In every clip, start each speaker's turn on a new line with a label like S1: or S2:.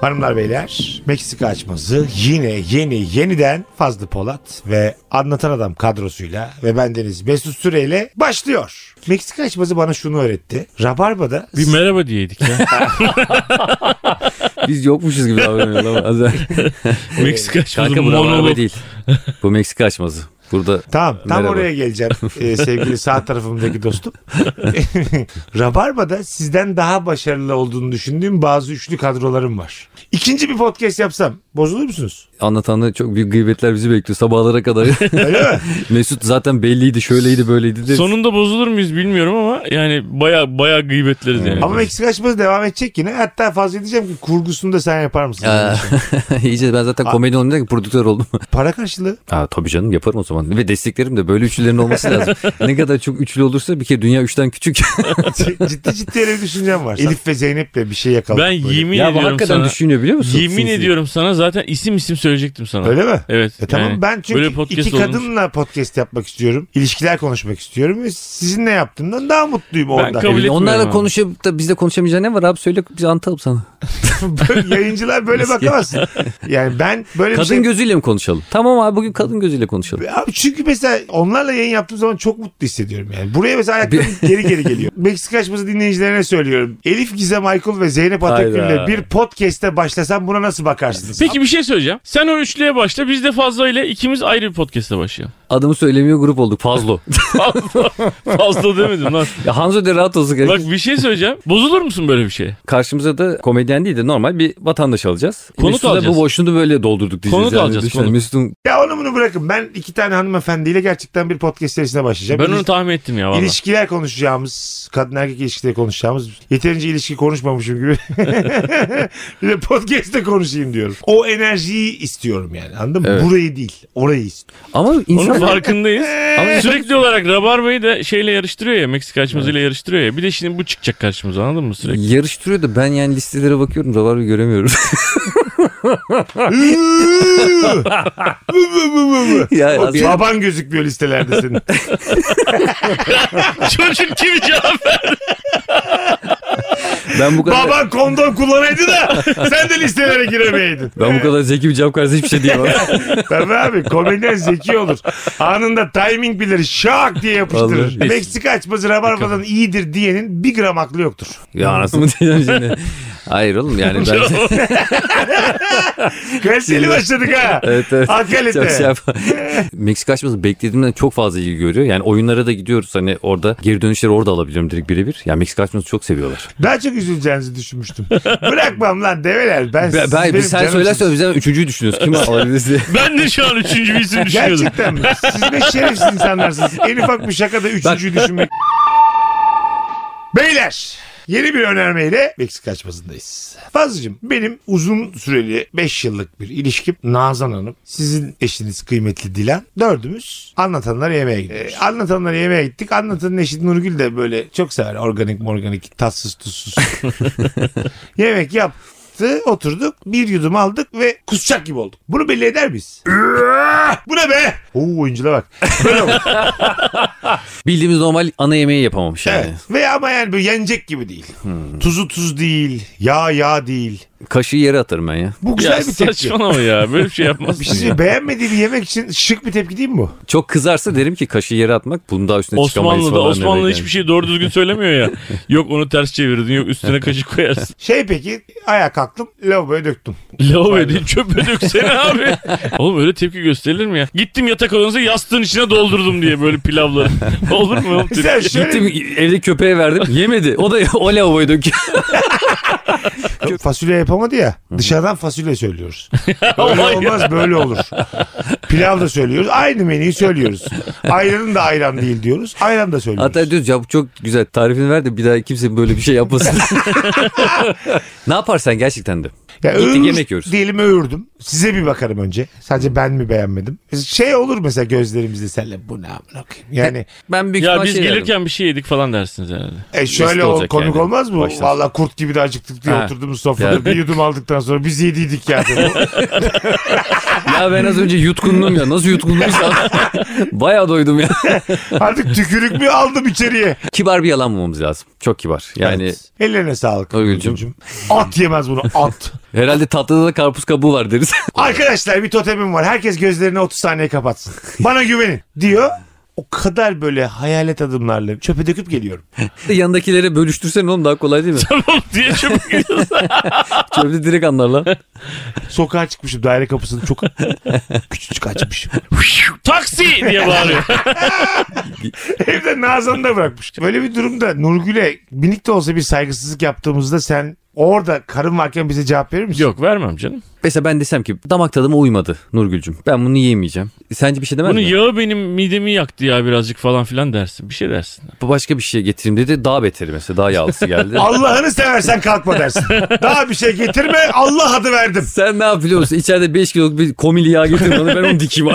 S1: Hanımlar beyler Meksika açması yine yeni yeniden Fazlı Polat ve Anlatan Adam kadrosuyla ve bendeniz Mesut Süreyle başlıyor. Meksika açması bana şunu öğretti. Rabarba'da
S2: Bir merhaba diyedik ya.
S3: Biz yokmuşuz gibi davranıyoruz ama az önce-
S2: Meksika açmadı
S3: Kanka bu rabarba
S2: monolog.
S3: değil. Bu Meksika açması. Burada
S1: Tamam tam
S3: Merhaba.
S1: oraya geleceğim Ee, sevgili sağ tarafımdaki dostum. Rabarba'da sizden daha başarılı olduğunu düşündüğüm bazı üçlü kadrolarım var. İkinci bir podcast yapsam bozulur musunuz?
S3: anlatanlar çok büyük gıybetler bizi bekliyor sabahlara kadar.
S1: Öyle mi?
S3: Mesut zaten belliydi şöyleydi böyleydi de.
S2: Sonunda bozulur muyuz bilmiyorum ama yani baya baya gıybetleriz yani.
S1: Ama Meksika açması devam edecek yine. Hatta fazla diyeceğim ki kurgusunu da sen yapar mısın?
S3: Aa, iyice ben zaten komedi olmayacak ki prodüktör oldum.
S1: Para karşılığı.
S3: Aa, tabii canım yaparım o zaman. Ve desteklerim de böyle üçlülerin olması lazım. ne kadar çok üçlü olursa bir kere dünya üçten küçük.
S1: ciddi ciddi öyle bir düşüncem var. Elif ve Zeynep'le bir şey yakaladık.
S2: ben
S1: böyle.
S2: yemin
S3: ya bu
S2: ediyorum
S3: hakikaten
S2: sana.
S3: düşünüyor biliyor musun?
S2: yemin
S3: Sinsi.
S2: ediyorum sana zaten isim isim söyleyecektim sana.
S1: Öyle mi?
S2: Evet.
S1: E tamam
S2: yani
S1: ben
S2: böyle
S1: çünkü
S2: podcast
S1: iki
S2: olmuş.
S1: kadınla podcast yapmak istiyorum. İlişkiler konuşmak istiyorum ve sizinle yaptığımdan daha mutluyum orada.
S2: kabul- etmiyorum
S3: Onlarla
S2: abi.
S3: konuşup da bizle konuşamayacağı ne var abi söyle biz anlatalım sana.
S1: Böyle Yayıncılar böyle bakamaz. Yani ben böyle bir
S3: Kadın
S1: şey...
S3: gözüyle mi konuşalım? Tamam abi bugün kadın gözüyle konuşalım.
S1: Abi çünkü mesela onlarla yayın yaptığım zaman çok mutlu hissediyorum yani. Buraya mesela ayaklarım geri geri geliyor. Meksika açması dinleyicilerine söylüyorum. Elif Gizem Aykul ve Zeynep Atakül'le
S3: Hayda.
S1: bir podcast'e başlasam buna nasıl bakarsınız?
S2: Peki bir şey söyleyeceğim. Sen o üçlüye başla biz de Fazla ile ikimiz ayrı bir podcast'e başlayalım.
S3: Adımı söylemiyor grup olduk fazlo.
S2: Fazla demedim lan.
S3: ya Hanzo de rahat olsun.
S2: Bak bir şey söyleyeceğim. Bozulur musun böyle bir şey? şeye?
S3: Karşımıza da komedyen değil de normal bir vatandaş alacağız.
S2: Konuk
S3: Mesut'u da
S2: alacağız.
S3: bu boşluğunu böyle doldurduk diyeceğiz.
S2: Konuk alacağız,
S3: düşünün.
S2: konuk.
S3: Mesut'un
S1: Ya onu bunu bırakın. Ben iki tane hanımefendiyle gerçekten bir podcast serisine başlayacağım.
S2: Ben onu tahmin ettim ya valla.
S1: İlişkiler konuşacağımız, kadın erkek ilişkileri konuşacağımız, yeterince ilişki konuşmamışım gibi. bir de podcast'te konuşayım diyorum. O enerjiyi istiyorum yani anladın mı?
S3: Evet.
S1: Burayı değil, orayı istiyorum.
S3: ama
S2: Onun
S3: insan
S2: farkındayız. Ama sürekli olarak Rabarba'yı da şeyle yarıştırıyor ya. Meksika açmasıyla yarıştırıyor ya. Bir de şimdi bu çıkacak karşımıza anladın mı sürekli?
S3: yarıştırıyor da ben yani listelere bakıyorum da var bir göremiyorum. ya, abi, ya,
S1: Baban gözükmüyor listelerde senin.
S2: Çocuk kimi cevap verdi?
S3: ben bu kadar
S1: Baban kondom kullanaydı da sen de listelere giremeydin.
S3: ben bu kadar zeki bir cevap karşısında hiçbir şey diyemem.
S1: Tabii abi komedyen zeki olur. Anında timing bilir şak diye yapıştırır.
S3: Vallahi.
S1: Meksika açması rabarbadan iyidir diyenin bir gram aklı yoktur.
S3: ya anasını mı diyeceğim şimdi? Hayır oğlum yani ben...
S1: Kaliteli başladık ha.
S3: evet evet.
S1: Ha, kalite.
S3: Çok şey yap- Meksika açması beklediğimden çok fazla ilgi görüyor. Yani oyunlara da gidiyoruz hani orada geri dönüşleri orada alabiliyorum direkt birebir. Yani Meksika açması çok seviyorlar.
S1: Daha çok üzüleceğinizi düşünmüştüm. Bırakmam lan develer. Ben,
S3: Ben,
S1: siz benim
S3: ben, sen
S1: canımsınız.
S3: söylersen biz hemen üçüncüyü düşünüyoruz. Kim alabiliriz diye.
S2: Ben de şu an üçüncü bir isim düşünüyordum.
S1: Gerçekten mi? Siz ne şerefsiz insanlarsınız. En ufak bir şakada üçüncüyü düşünmek. Beyler yeni bir önermeyle Meksika açmasındayız. Fazlıcığım benim uzun süreli 5 yıllık bir ilişkim Nazan Hanım. Sizin eşiniz kıymetli Dilan. Dördümüz anlatanlar yemeğe gittik. Ee, anlatanlar yemeğe gittik. Anlatanın eşi Nurgül de böyle çok sever organik morganik tatsız tuzsuz. Yemek yaptı oturduk bir yudum aldık ve kusacak gibi olduk. Bunu belli eder miyiz? Bu ne be? Oo oyunculuğa bak. Böyle oldu.
S3: Bildiğimiz normal ana yemeği yapamamış yani.
S1: Evet. Ve ama yani böyle yenecek gibi değil. Tuzu tuz değil. Yağ yağ değil.
S3: Kaşığı yere atarım ben ya.
S1: Bu güzel
S2: Ya
S1: bir tepki.
S2: saçmalama ya. Böyle bir şey yapmazsın
S1: Bir şey
S2: ya.
S1: söyleyeyim, beğenmediği bir yemek için şık bir tepki değil mi bu?
S3: Çok kızarsa derim ki kaşığı yere atmak bunun daha üstüne çıkamayız
S2: Osmanlı'da
S3: falan
S2: Osmanlı
S3: demek
S2: hiçbir şey doğru düzgün söylemiyor ya. Yok onu ters çevirdin yok üstüne kaşık koyarsın.
S1: Şey peki ayağa kalktım lavaboya döktüm.
S2: Lavaboya değil çöpe döksene abi. Oğlum öyle tepki gösterilir mi ya? Gittim yatak odanızı yastığın içine doldurdum diye böyle pilavları. Olur mu oğlum tepki?
S1: Sen şöyle
S3: yani. Gittim evde köpeğe verdim yemedi. O da o lavaboya döküyor.
S1: fasulye yapamadı ya. Dışarıdan fasulye söylüyoruz. Böyle
S2: Hayır.
S1: olmaz böyle olur. Pilav da söylüyoruz. Aynı menüyü söylüyoruz. Ayranın da ayran değil diyoruz. Ayran da söylüyoruz.
S3: Hatta diyoruz ya bu çok güzel tarifini ver de bir daha kimse böyle bir şey yapmasın. ne yaparsan gerçekten de.
S1: Ya
S3: Gittik
S1: övürüz-
S3: yemek yiyoruz.
S1: Diyelim övürdüm. Size bir bakarım önce. Sadece ben mi beğenmedim? Şey olur mesela gözlerimizde senle bu ne amına koyayım. Yani
S3: Ben büyük
S2: Ya
S3: ihtimal
S2: biz
S3: şey
S2: gelirken
S3: derdim.
S2: bir şey yedik falan dersiniz herhalde.
S1: e, şöyle
S3: Riskli
S1: o,
S3: olacak
S1: komik
S3: yani.
S1: olmaz mı?
S3: Başlar.
S1: Valla kurt gibi de acıktık diye
S3: Ha.
S1: oturduğumuz sofrada
S3: Ya.
S1: bir yudum aldıktan sonra biz yediydik ya.
S3: Ya ben az önce yutkundum ya. Nasıl yutkunduysam. Bayağı doydum ya.
S1: Artık tükürük mü aldım içeriye?
S3: Kibar bir yalan bulmamız lazım. Çok kibar. Yani
S1: Evet. Ellerine sağlık.
S3: Örgülcüm.
S1: Örgülcüm. At yemez bunu at.
S3: herhalde tatlıda da karpuz kabuğu var deriz.
S1: Arkadaşlar bir totemim var. Herkes gözlerini 30 saniye kapatsın. Bana güvenin diyor. O kadar böyle hayalet adımlarla çöpe döküp geliyorum.
S3: Yanındakilere bölüştürsen oğlum daha kolay değil mi?
S2: Tamam diye çabuk gidiyorsun.
S3: Çöpte direkt anlarlar.
S1: Sokağa çıkmışım daire kapısını çok küçücük açmışım.
S2: Taksi diye bağırıyor.
S1: Evde Nazan'ı da bırakmış. Böyle bir durumda Nurgül'e minik de olsa bir saygısızlık yaptığımızda sen orada karın varken bize cevap verir misin?
S2: Yok vermem canım.
S3: Mesela ben desem ki damak tadıma uymadı Nurgül'cüm. Ben bunu yiyemeyeceğim. Sence bir şey demez
S2: Bunun
S3: mi?
S2: yağı benim midemi yaktı ya birazcık falan filan dersin. Bir şey dersin.
S3: Başka bir şey getireyim dedi. Daha beteri mesela. Daha yağlısı geldi.
S1: Allah'ını seversen kalkma dersin. Daha bir şey getirme Allah adı verdim.
S3: Sen ne yap biliyor musun? İçeride 5 kiloluk bir komili yağ getirin onu ben onu dikeyim.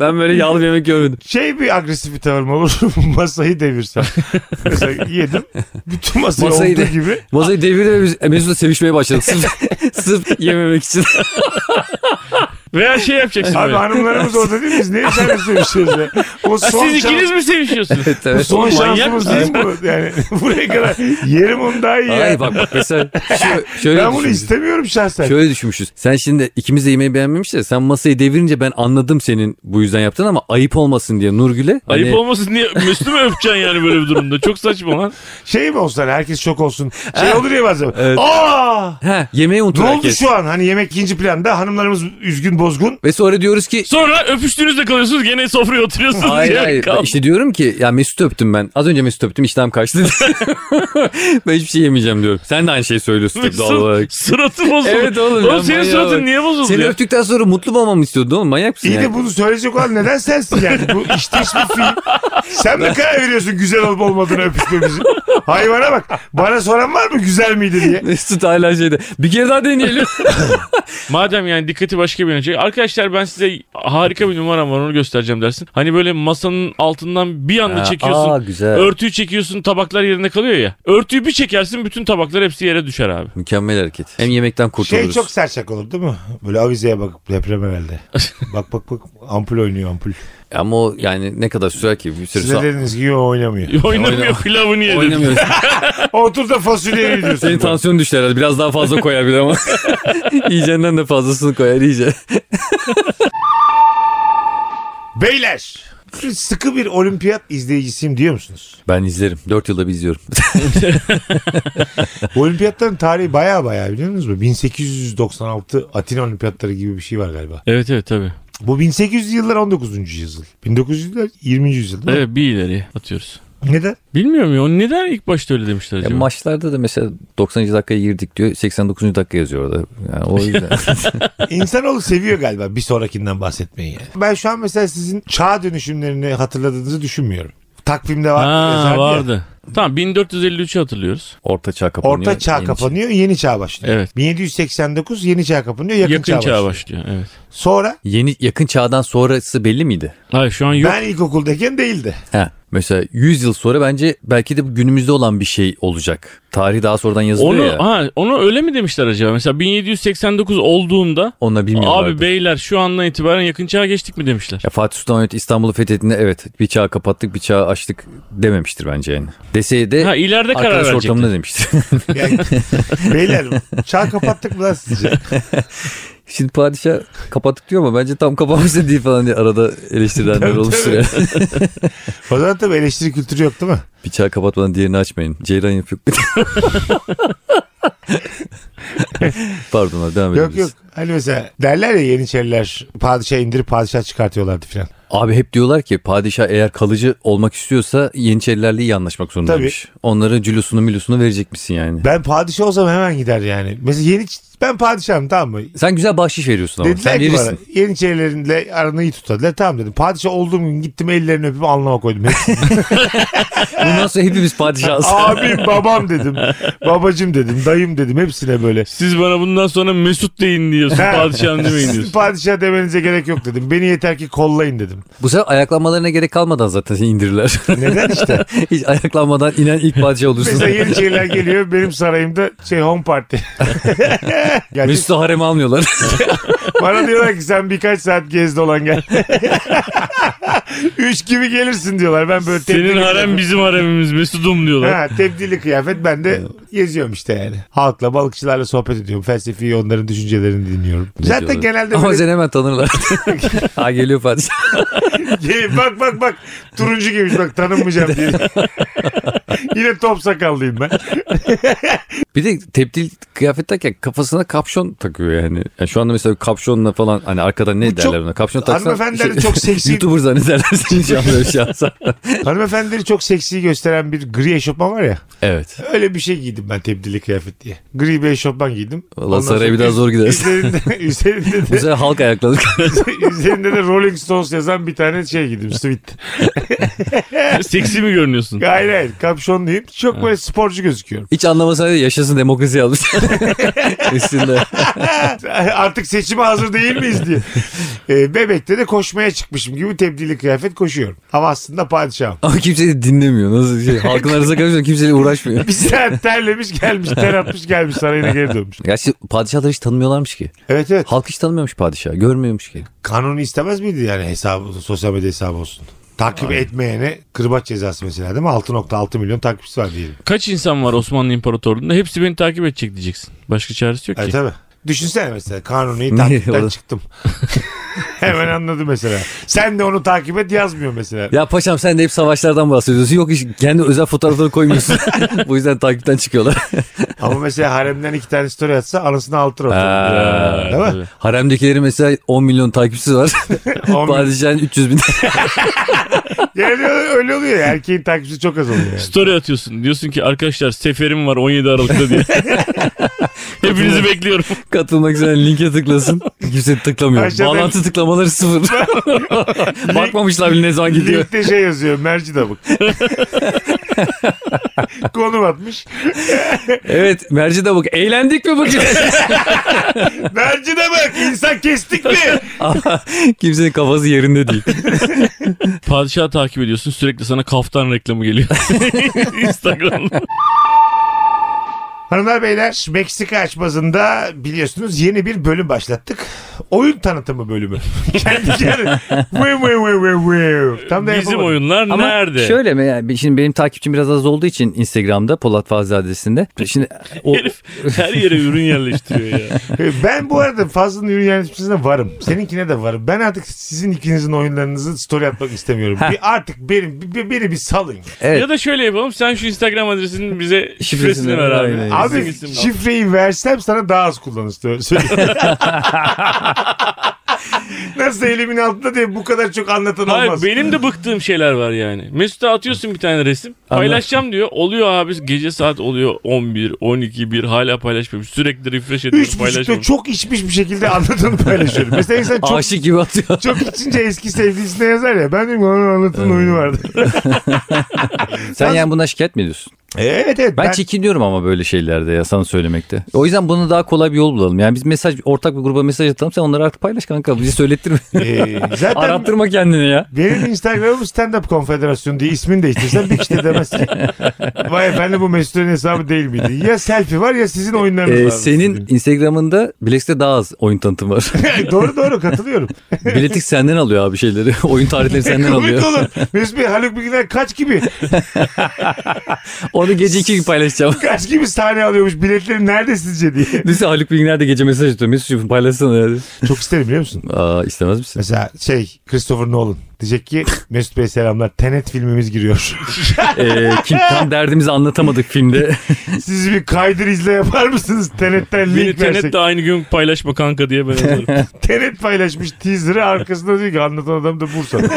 S3: ben böyle yağlı bir yemek görmedim.
S1: Şey bir agresif bir tavır mı olur? Masayı devirsem. Mesela yedim. Bütün masayı,
S3: Masayı
S1: olduğu
S3: de-
S1: gibi.
S3: Masayı devirdi ve biz Mesut'la sevişmeye başladık. Sırf, sırf yememek için.
S2: Veya şey yapacaksın
S1: Abi
S2: böyle.
S1: hanımlarımız orada değil miyiz? Niye sen sevişiyoruz ya? O
S2: Ha,
S1: son
S2: Siz ikiniz
S1: şans-
S2: mi sevişiyorsunuz?
S3: Evet, evet.
S1: Son
S2: Oğlum, manyak
S1: şansımız
S2: mısın?
S1: değil mi bu? Yani buraya kadar yerim onu daha iyi ya.
S3: Hayır bak bak mesela şu- şöyle
S1: ben bunu
S3: düşünmüşüz.
S1: istemiyorum şahsen.
S3: Şöyle düşünmüşüz. Sen şimdi ikimiz de yemeği beğenmemişiz de sen masayı devirince ben anladım senin bu yüzden yaptın ama ayıp olmasın diye Nurgül'e.
S2: Ayıp
S3: hani-
S2: olmasın diye Müslüm'ü öpeceksin yani böyle bir durumda. Çok saçma lan.
S1: Şey mi olsun hani herkes şok olsun. Şey olur ya bazen.
S3: Ah, Evet.
S1: Aa!
S3: He, yemeği unutur
S1: Ne oldu
S3: herkes.
S1: şu an? Hani yemek ikinci planda hanımlarımız üzgün bozgun.
S3: Ve sonra diyoruz ki
S2: Sonra öpüştüğünüzde kalıyorsunuz gene sofraya oturuyorsunuz.
S3: Hayır
S2: diye
S3: hayır.
S2: kal-
S3: İşte diyorum ki ya Mesut öptüm ben. Az önce Mesut öptüm iştahım kaçtı. ben hiçbir şey yemeyeceğim diyorum. Sen de aynı şeyi söylüyorsun tabii doğal olarak.
S2: Mesut suratı bozuldu.
S3: Evet oğlum ya,
S2: Oğlum senin
S3: manyağa
S2: suratın
S3: bak.
S2: niye bozuldu
S3: Seni
S2: ya?
S3: öptükten sonra mutlu mu olmamı istiyordun oğlum manyak mısın
S1: İyi
S3: yani?
S1: de bunu söyleyecek olan neden sensin yani? Bu işte hiçbir film. Sen mi karar veriyorsun güzel olup olmadığını öpüşmemizi? Hayvana bak. Bana soran var mı güzel miydi diye.
S3: Mesut hala şeyde. Bir kere daha deneyelim.
S2: Madem yani dikkati başka birine çekiyor. Arkadaşlar ben size harika bir numaram var onu göstereceğim dersin. Hani böyle masanın altından bir anda çekiyorsun.
S3: Aa güzel.
S2: Örtüyü çekiyorsun tabaklar yerine kalıyor ya. Örtüyü bir çekersin bütün tabaklar hepsi yere düşer abi.
S3: Mükemmel hareket. Hem yemekten kurtuluruz.
S1: Şey çok serçak olur değil mi? Böyle avizeye bakıp deprem herhalde. bak bak bak ampul oynuyor ampul.
S3: Ama o yani ne kadar sürer ki? Bir sürü
S1: Size
S3: saat.
S1: dediniz ki yo oynamıyor.
S2: Oynamıyor
S3: oynama.
S2: pilavını yedin.
S3: Oynamıyor.
S1: Otur da fasulyeyi
S3: Senin
S1: diyorsun.
S3: tansiyon düştü herhalde. Biraz daha fazla koyar bir de ama. Yiyeceğinden de fazlasını koyar iyice.
S1: Beyler sıkı bir olimpiyat izleyicisiyim diyor musunuz?
S3: Ben izlerim. Dört yılda bir izliyorum.
S1: Olimpiyatların tarihi baya baya biliyor musunuz? 1896 Atina olimpiyatları gibi bir şey var galiba.
S2: Evet evet tabii.
S1: Bu 1800 yıllar 19. yüzyıl. 1900'ler 20. yüzyıl değil mi?
S2: Evet bir ileri atıyoruz.
S1: Neden?
S2: Bilmiyorum ya o neden ilk başta öyle demişler
S3: Ya
S2: acaba?
S3: E, maçlarda da mesela 90. dakikaya girdik diyor. 89. dakika yazıyor orada. Yani o yüzden.
S1: İnsanoğlu seviyor galiba bir sonrakinden bahsetmeyi yani. Ben şu an mesela sizin çağ dönüşümlerini hatırladığınızı düşünmüyorum. Takvimde var.
S2: ha
S1: yazardı ya.
S2: vardı. Tamam 1453'ü hatırlıyoruz.
S3: Orta çağ kapanıyor.
S1: Orta çağ
S3: Yeni
S1: kapanıyor, yeni çağ başlıyor.
S2: Evet.
S1: 1789 yeni çağ kapanıyor, yakın,
S2: Yakın,
S1: çağ, başlıyor.
S2: başlıyor. Evet.
S1: Sonra
S3: Yeni yakın çağdan sonrası belli miydi?
S2: Hayır şu an yok.
S1: ben ilkokuldayken değildi.
S3: He. Mesela 100 yıl sonra bence belki de bu günümüzde olan bir şey olacak. Tarih daha sonradan yazılıyor
S2: Onu
S3: ya.
S2: ha, onu öyle mi demişler acaba? Mesela 1789 olduğunda
S3: Onunla bilmiyorlardı.
S2: abi beyler şu andan itibaren yakın çağa geçtik mi demişler.
S3: Ya Fatih Sultan Mehmet İstanbul'u fethettiğinde evet bir çağ kapattık bir çağ açtık dememiştir bence yani. Deseydi de
S2: Ha ileride karar
S3: E, arkadaş
S2: verecekler.
S3: ortamında demiştir.
S1: Yani, beyler çağ kapattık mı lan sizce?
S3: Şimdi padişah kapattık diyor ama bence tam kapamışsa değil falan diye arada eleştirilenler
S1: Tabii,
S3: olmuştur
S1: tabii.
S3: ya.
S1: O zaman tabii eleştiri kültürü yok değil mi?
S3: Bir çağ kapatmadan diğerini açmayın. Ceylan yapıyor. Pardon abi devam
S1: Yok
S3: edebiliriz.
S1: yok. Hani mesela derler ya Yeniçeriler padişah indirip padişah çıkartıyorlardı filan.
S3: Abi hep diyorlar ki padişah eğer kalıcı olmak istiyorsa Yeniçerilerle iyi anlaşmak zorundaymış. Onlara cülüsünü mülüsünü verecekmişsin yani.
S1: Ben padişah olsam hemen gider yani. Mesela yeni ben padişahım tamam mı?
S3: Sen güzel bahşiş veriyorsun ama.
S1: Dediler
S3: Sen
S1: ki bana
S3: verirsin.
S1: Yeniçerilerinle aranı iyi tut dediler. Tamam dedim. Padişah olduğum gün gittim ellerini öpüp alnıma koydum. Hepsini.
S3: Bundan sonra hepimiz padişahız.
S1: Abim babam dedim. Babacım dedim. Dayım dedim. Hepsine böyle.
S2: Siz bana bundan sonra Mesut deyin diyorsun.
S1: Ha.
S2: Padişahım demeyin
S1: Sizin
S2: diyorsun.
S1: padişah demenize gerek yok dedim. Beni yeter ki kollayın dedim.
S3: Bu sefer ayaklanmalarına gerek kalmadan zaten seni indirirler.
S1: Neden işte?
S3: Hiç ayaklanmadan inen ilk padişah olursun.
S1: Mesela Yeniçeriler geliyor. Benim sarayımda şey home party. Gerçi
S3: Mesut'u hareme almıyorlar.
S1: Bana diyorlar ki sen birkaç saat gez dolan gel. Üç gibi gelirsin diyorlar. Ben böyle
S2: Senin
S1: tebdili-
S2: harem bizim haremimiz Mesut'um diyorlar.
S1: Ha, tebdili kıyafet ben de geziyorum işte yani. Halkla balıkçılarla sohbet ediyorum. Felsefi onların düşüncelerini dinliyorum. Zaten
S3: diyorlar?
S1: genelde
S3: Ama
S1: böyle
S3: seni hemen tanırlar. ha geliyor Fatih.
S1: Gemi- bak bak bak turuncu giymiş bak tanınmayacağım diye. Yine top sakallıyım ben.
S3: Bir de tepdil kıyafet takarken kafasına kapşon takıyor yani. Yani şu anda mesela kapşonla falan hani arkadan ne
S1: Bu
S3: derler
S1: çok-
S3: ona? Kapşon taksan. şey,
S1: Hanımefendileri çok seksi
S3: YouTuber zannederler seni şu anda şey şu an sen.
S1: hanımefendileri çok seksi gösteren bir gri eşofman var ya.
S3: Evet.
S1: Öyle bir şey giydim ben tebdili kıyafet diye. Gri bir eşofman giydim. Ondan
S3: Valla saraya
S1: sonra
S3: bir daha
S1: üz-
S3: zor gidersin.
S1: Üzerinde, üzerinde
S3: Bu
S1: de,
S3: sefer halk ayakladık.
S1: üzerinde de Rolling Stones yazan bir tane şey giydim. Sweet.
S2: Seksi mi görünüyorsun?
S1: Hayır hayır. Kapşonluyum. Çok böyle sporcu gözüküyorum.
S3: Hiç anlamasaydı yaşasın demokrasi yazmış. Üstünde.
S1: Artık seçime hazır değil miyiz diye. Ee, bebekte de koşmaya çıkmışım gibi tebdili kıyafet koşuyorum. Ama aslında padişahım.
S3: Ama kimse de dinlemiyor. Nasıl şey, halkın arasında karışıyor kimseyle uğraşmıyor.
S1: Bir saat terlemiş gelmiş, ter atmış gelmiş sarayına geri dönmüş.
S3: Gerçi padişahları hiç tanımıyorlarmış ki.
S1: Evet evet.
S3: Halk hiç tanımıyormuş padişahı. Görmüyormuş ki.
S1: Kanunu istemez miydi yani hesabı, sosyal medya hesabı olsun? Takip etmeyene kırbaç cezası mesela değil mi? 6.6 milyon takipçisi var diyelim.
S2: Kaç insan var Osmanlı İmparatorluğu'nda? Hepsi beni takip edecek diyeceksin. Başka çaresi yok
S1: Evet
S2: ki.
S1: tabii. Düşünsene mesela Kanuni'yi
S3: Ne?
S1: takipten
S3: Orada-
S1: çıktım. Hemen anladı mesela. Sen de onu takip et yazmıyor mesela.
S3: Ya paşam sen de hep savaşlardan bahsediyorsun. Yok hiç kendi özel fotoğrafları koymuyorsun. Bu yüzden takipten çıkıyorlar.
S1: Ama mesela haremden iki tane story atsa anasını altır
S3: Ha,
S1: ortalık. Değil mi?
S2: tabii.
S3: Haremdekileri mesela 10 milyon takipçisi var.
S1: On bin-
S3: Padişahın 300 bin.
S1: Yani öyle oluyor. ya. Erkeğin takipçisi çok az oluyor. Yani.
S2: Story atıyorsun. Diyorsun ki arkadaşlar seferim var 17 Aralık'ta diye. Hepinizi bekliyorum.
S3: Katılmak isteyen linke tıklasın. Kimse tıklamıyor.
S1: Aşağıda-
S3: Bağlantı tıklamaları sıfır. Bakmamışlar bile ne zaman gidiyor.
S1: Linkte şey yazıyor. Merci de bak. Konum atmış.
S3: Evet merci de bak. Eğlendik mi bugün?
S1: Merci de bak. İnsan kestik mi?
S3: Ama Kimsenin kafası yerinde değil.
S2: Padişahı takip ediyorsun. Sürekli sana kaftan reklamı geliyor. Instagram'da.
S1: Hanımlar beyler Meksika açmazında biliyorsunuz yeni bir bölüm başlattık. Oyun tanıtımı bölümü. Kendi kendine. Vıv vıv vıv vıv vıv. Tam da
S2: Bizim
S1: yapamadım.
S2: oyunlar
S3: Ama
S2: nerede?
S3: şöyle mi? Yani şimdi benim takipçim biraz az olduğu için Instagram'da Polat Fazlı adresinde. Şimdi o,
S2: Herif her yere ürün yerleştiriyor ya.
S1: Ee, Ben bu arada Fazlı'nın ürün yöneticisine varım. Seninkine de varım. Ben artık sizin ikinizin oyunlarınızı story atmak istemiyorum. Bir, artık benim, bir, beni bir salın.
S2: Ee,
S3: evet.
S2: Ya da şöyle yapalım. Sen şu Instagram adresinin bize şifresini ver abi.
S3: Aynen.
S1: Abi
S2: Bizim isim-
S1: şifreyi versem sana daha az kullanırsın. Söyleyeyim. Nasıl elimin altında diye bu kadar çok anlatan olmaz.
S2: Hayır benim de bıktığım şeyler var yani. Mesut'a atıyorsun bir tane resim. Paylaşacağım diyor. Oluyor abi gece saat oluyor 11, 12, 1 hala paylaşmamış. Sürekli refresh ediyorum
S1: Üç buçukta
S2: paylaşmamış.
S1: şey çok içmiş bir şekilde anlatanı paylaşıyorum. Mesela insan çok,
S3: Aşık gibi atıyor.
S1: çok içince eski sevgilisine yazar ya. Ben diyorum onun anlatının oyunu vardı.
S3: Sen yani bundan şikayet mi ediyorsun?
S1: E, evet evet.
S3: Ben,
S1: Ben,
S3: çekiniyorum ama böyle şeylerde ya sana söylemekte. O yüzden bunu daha kolay bir yol bulalım. Yani biz mesaj ortak bir gruba mesaj atalım sen onları artık paylaş kanka bizi söylettirme.
S1: Ee, zaten
S3: Arattırma kendini ya.
S1: benim Instagram'ım Stand Up Konfederasyonu diye ismini değiştirsem bir kişi de demez ki. Vay efendim bu Mesut'un hesabı değil miydi? Ya selfie var ya sizin oyunlarınız
S3: Ee,
S1: var.
S3: senin Instagram'ında Biletix'te daha az oyun tanıtım var.
S1: doğru doğru katılıyorum.
S3: Biletix senden alıyor abi şeyleri. Oyun tarihleri senden
S1: Komik
S3: alıyor.
S1: olur. Mesut Bey Haluk Bilginer kaç gibi
S3: Onu gece iki gibi paylaşacağım.
S1: kaç gibi sahne alıyormuş biletleri nerede sizce diye.
S3: Lise Haluk Bilginer de gece mesaj atıyor. Mesut'cum paylaşsana ya.
S1: Çok isterim biliyor musun?
S3: Aa, istemez misin?
S1: Mesela şey Christopher Nolan diyecek ki Mesut Bey selamlar Tenet filmimiz giriyor.
S3: Ee, kim, tam derdimizi anlatamadık filmde.
S1: Siz bir kaydır izle yapar mısınız? Tenet'ten
S2: Beni
S1: link versek.
S2: Tenet de aynı gün paylaşma kanka diye ben yazarım.
S1: Tenet paylaşmış teaser'ı arkasında diyor ki anlatan adam da Bursa'da. Bu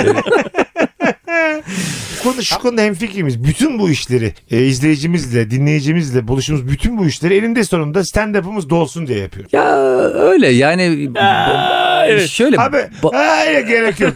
S1: Konu, şu konuda hemfikrimiz. Bütün bu işleri e, izleyicimizle, dinleyicimizle buluşumuz bütün bu işleri elinde sonunda stand-up'ımız dolsun diye yapıyoruz.
S3: ya öyle yani.
S2: evet.
S3: Şöyle.
S1: Ee, Abi
S3: ba-
S1: hayır gerek yok.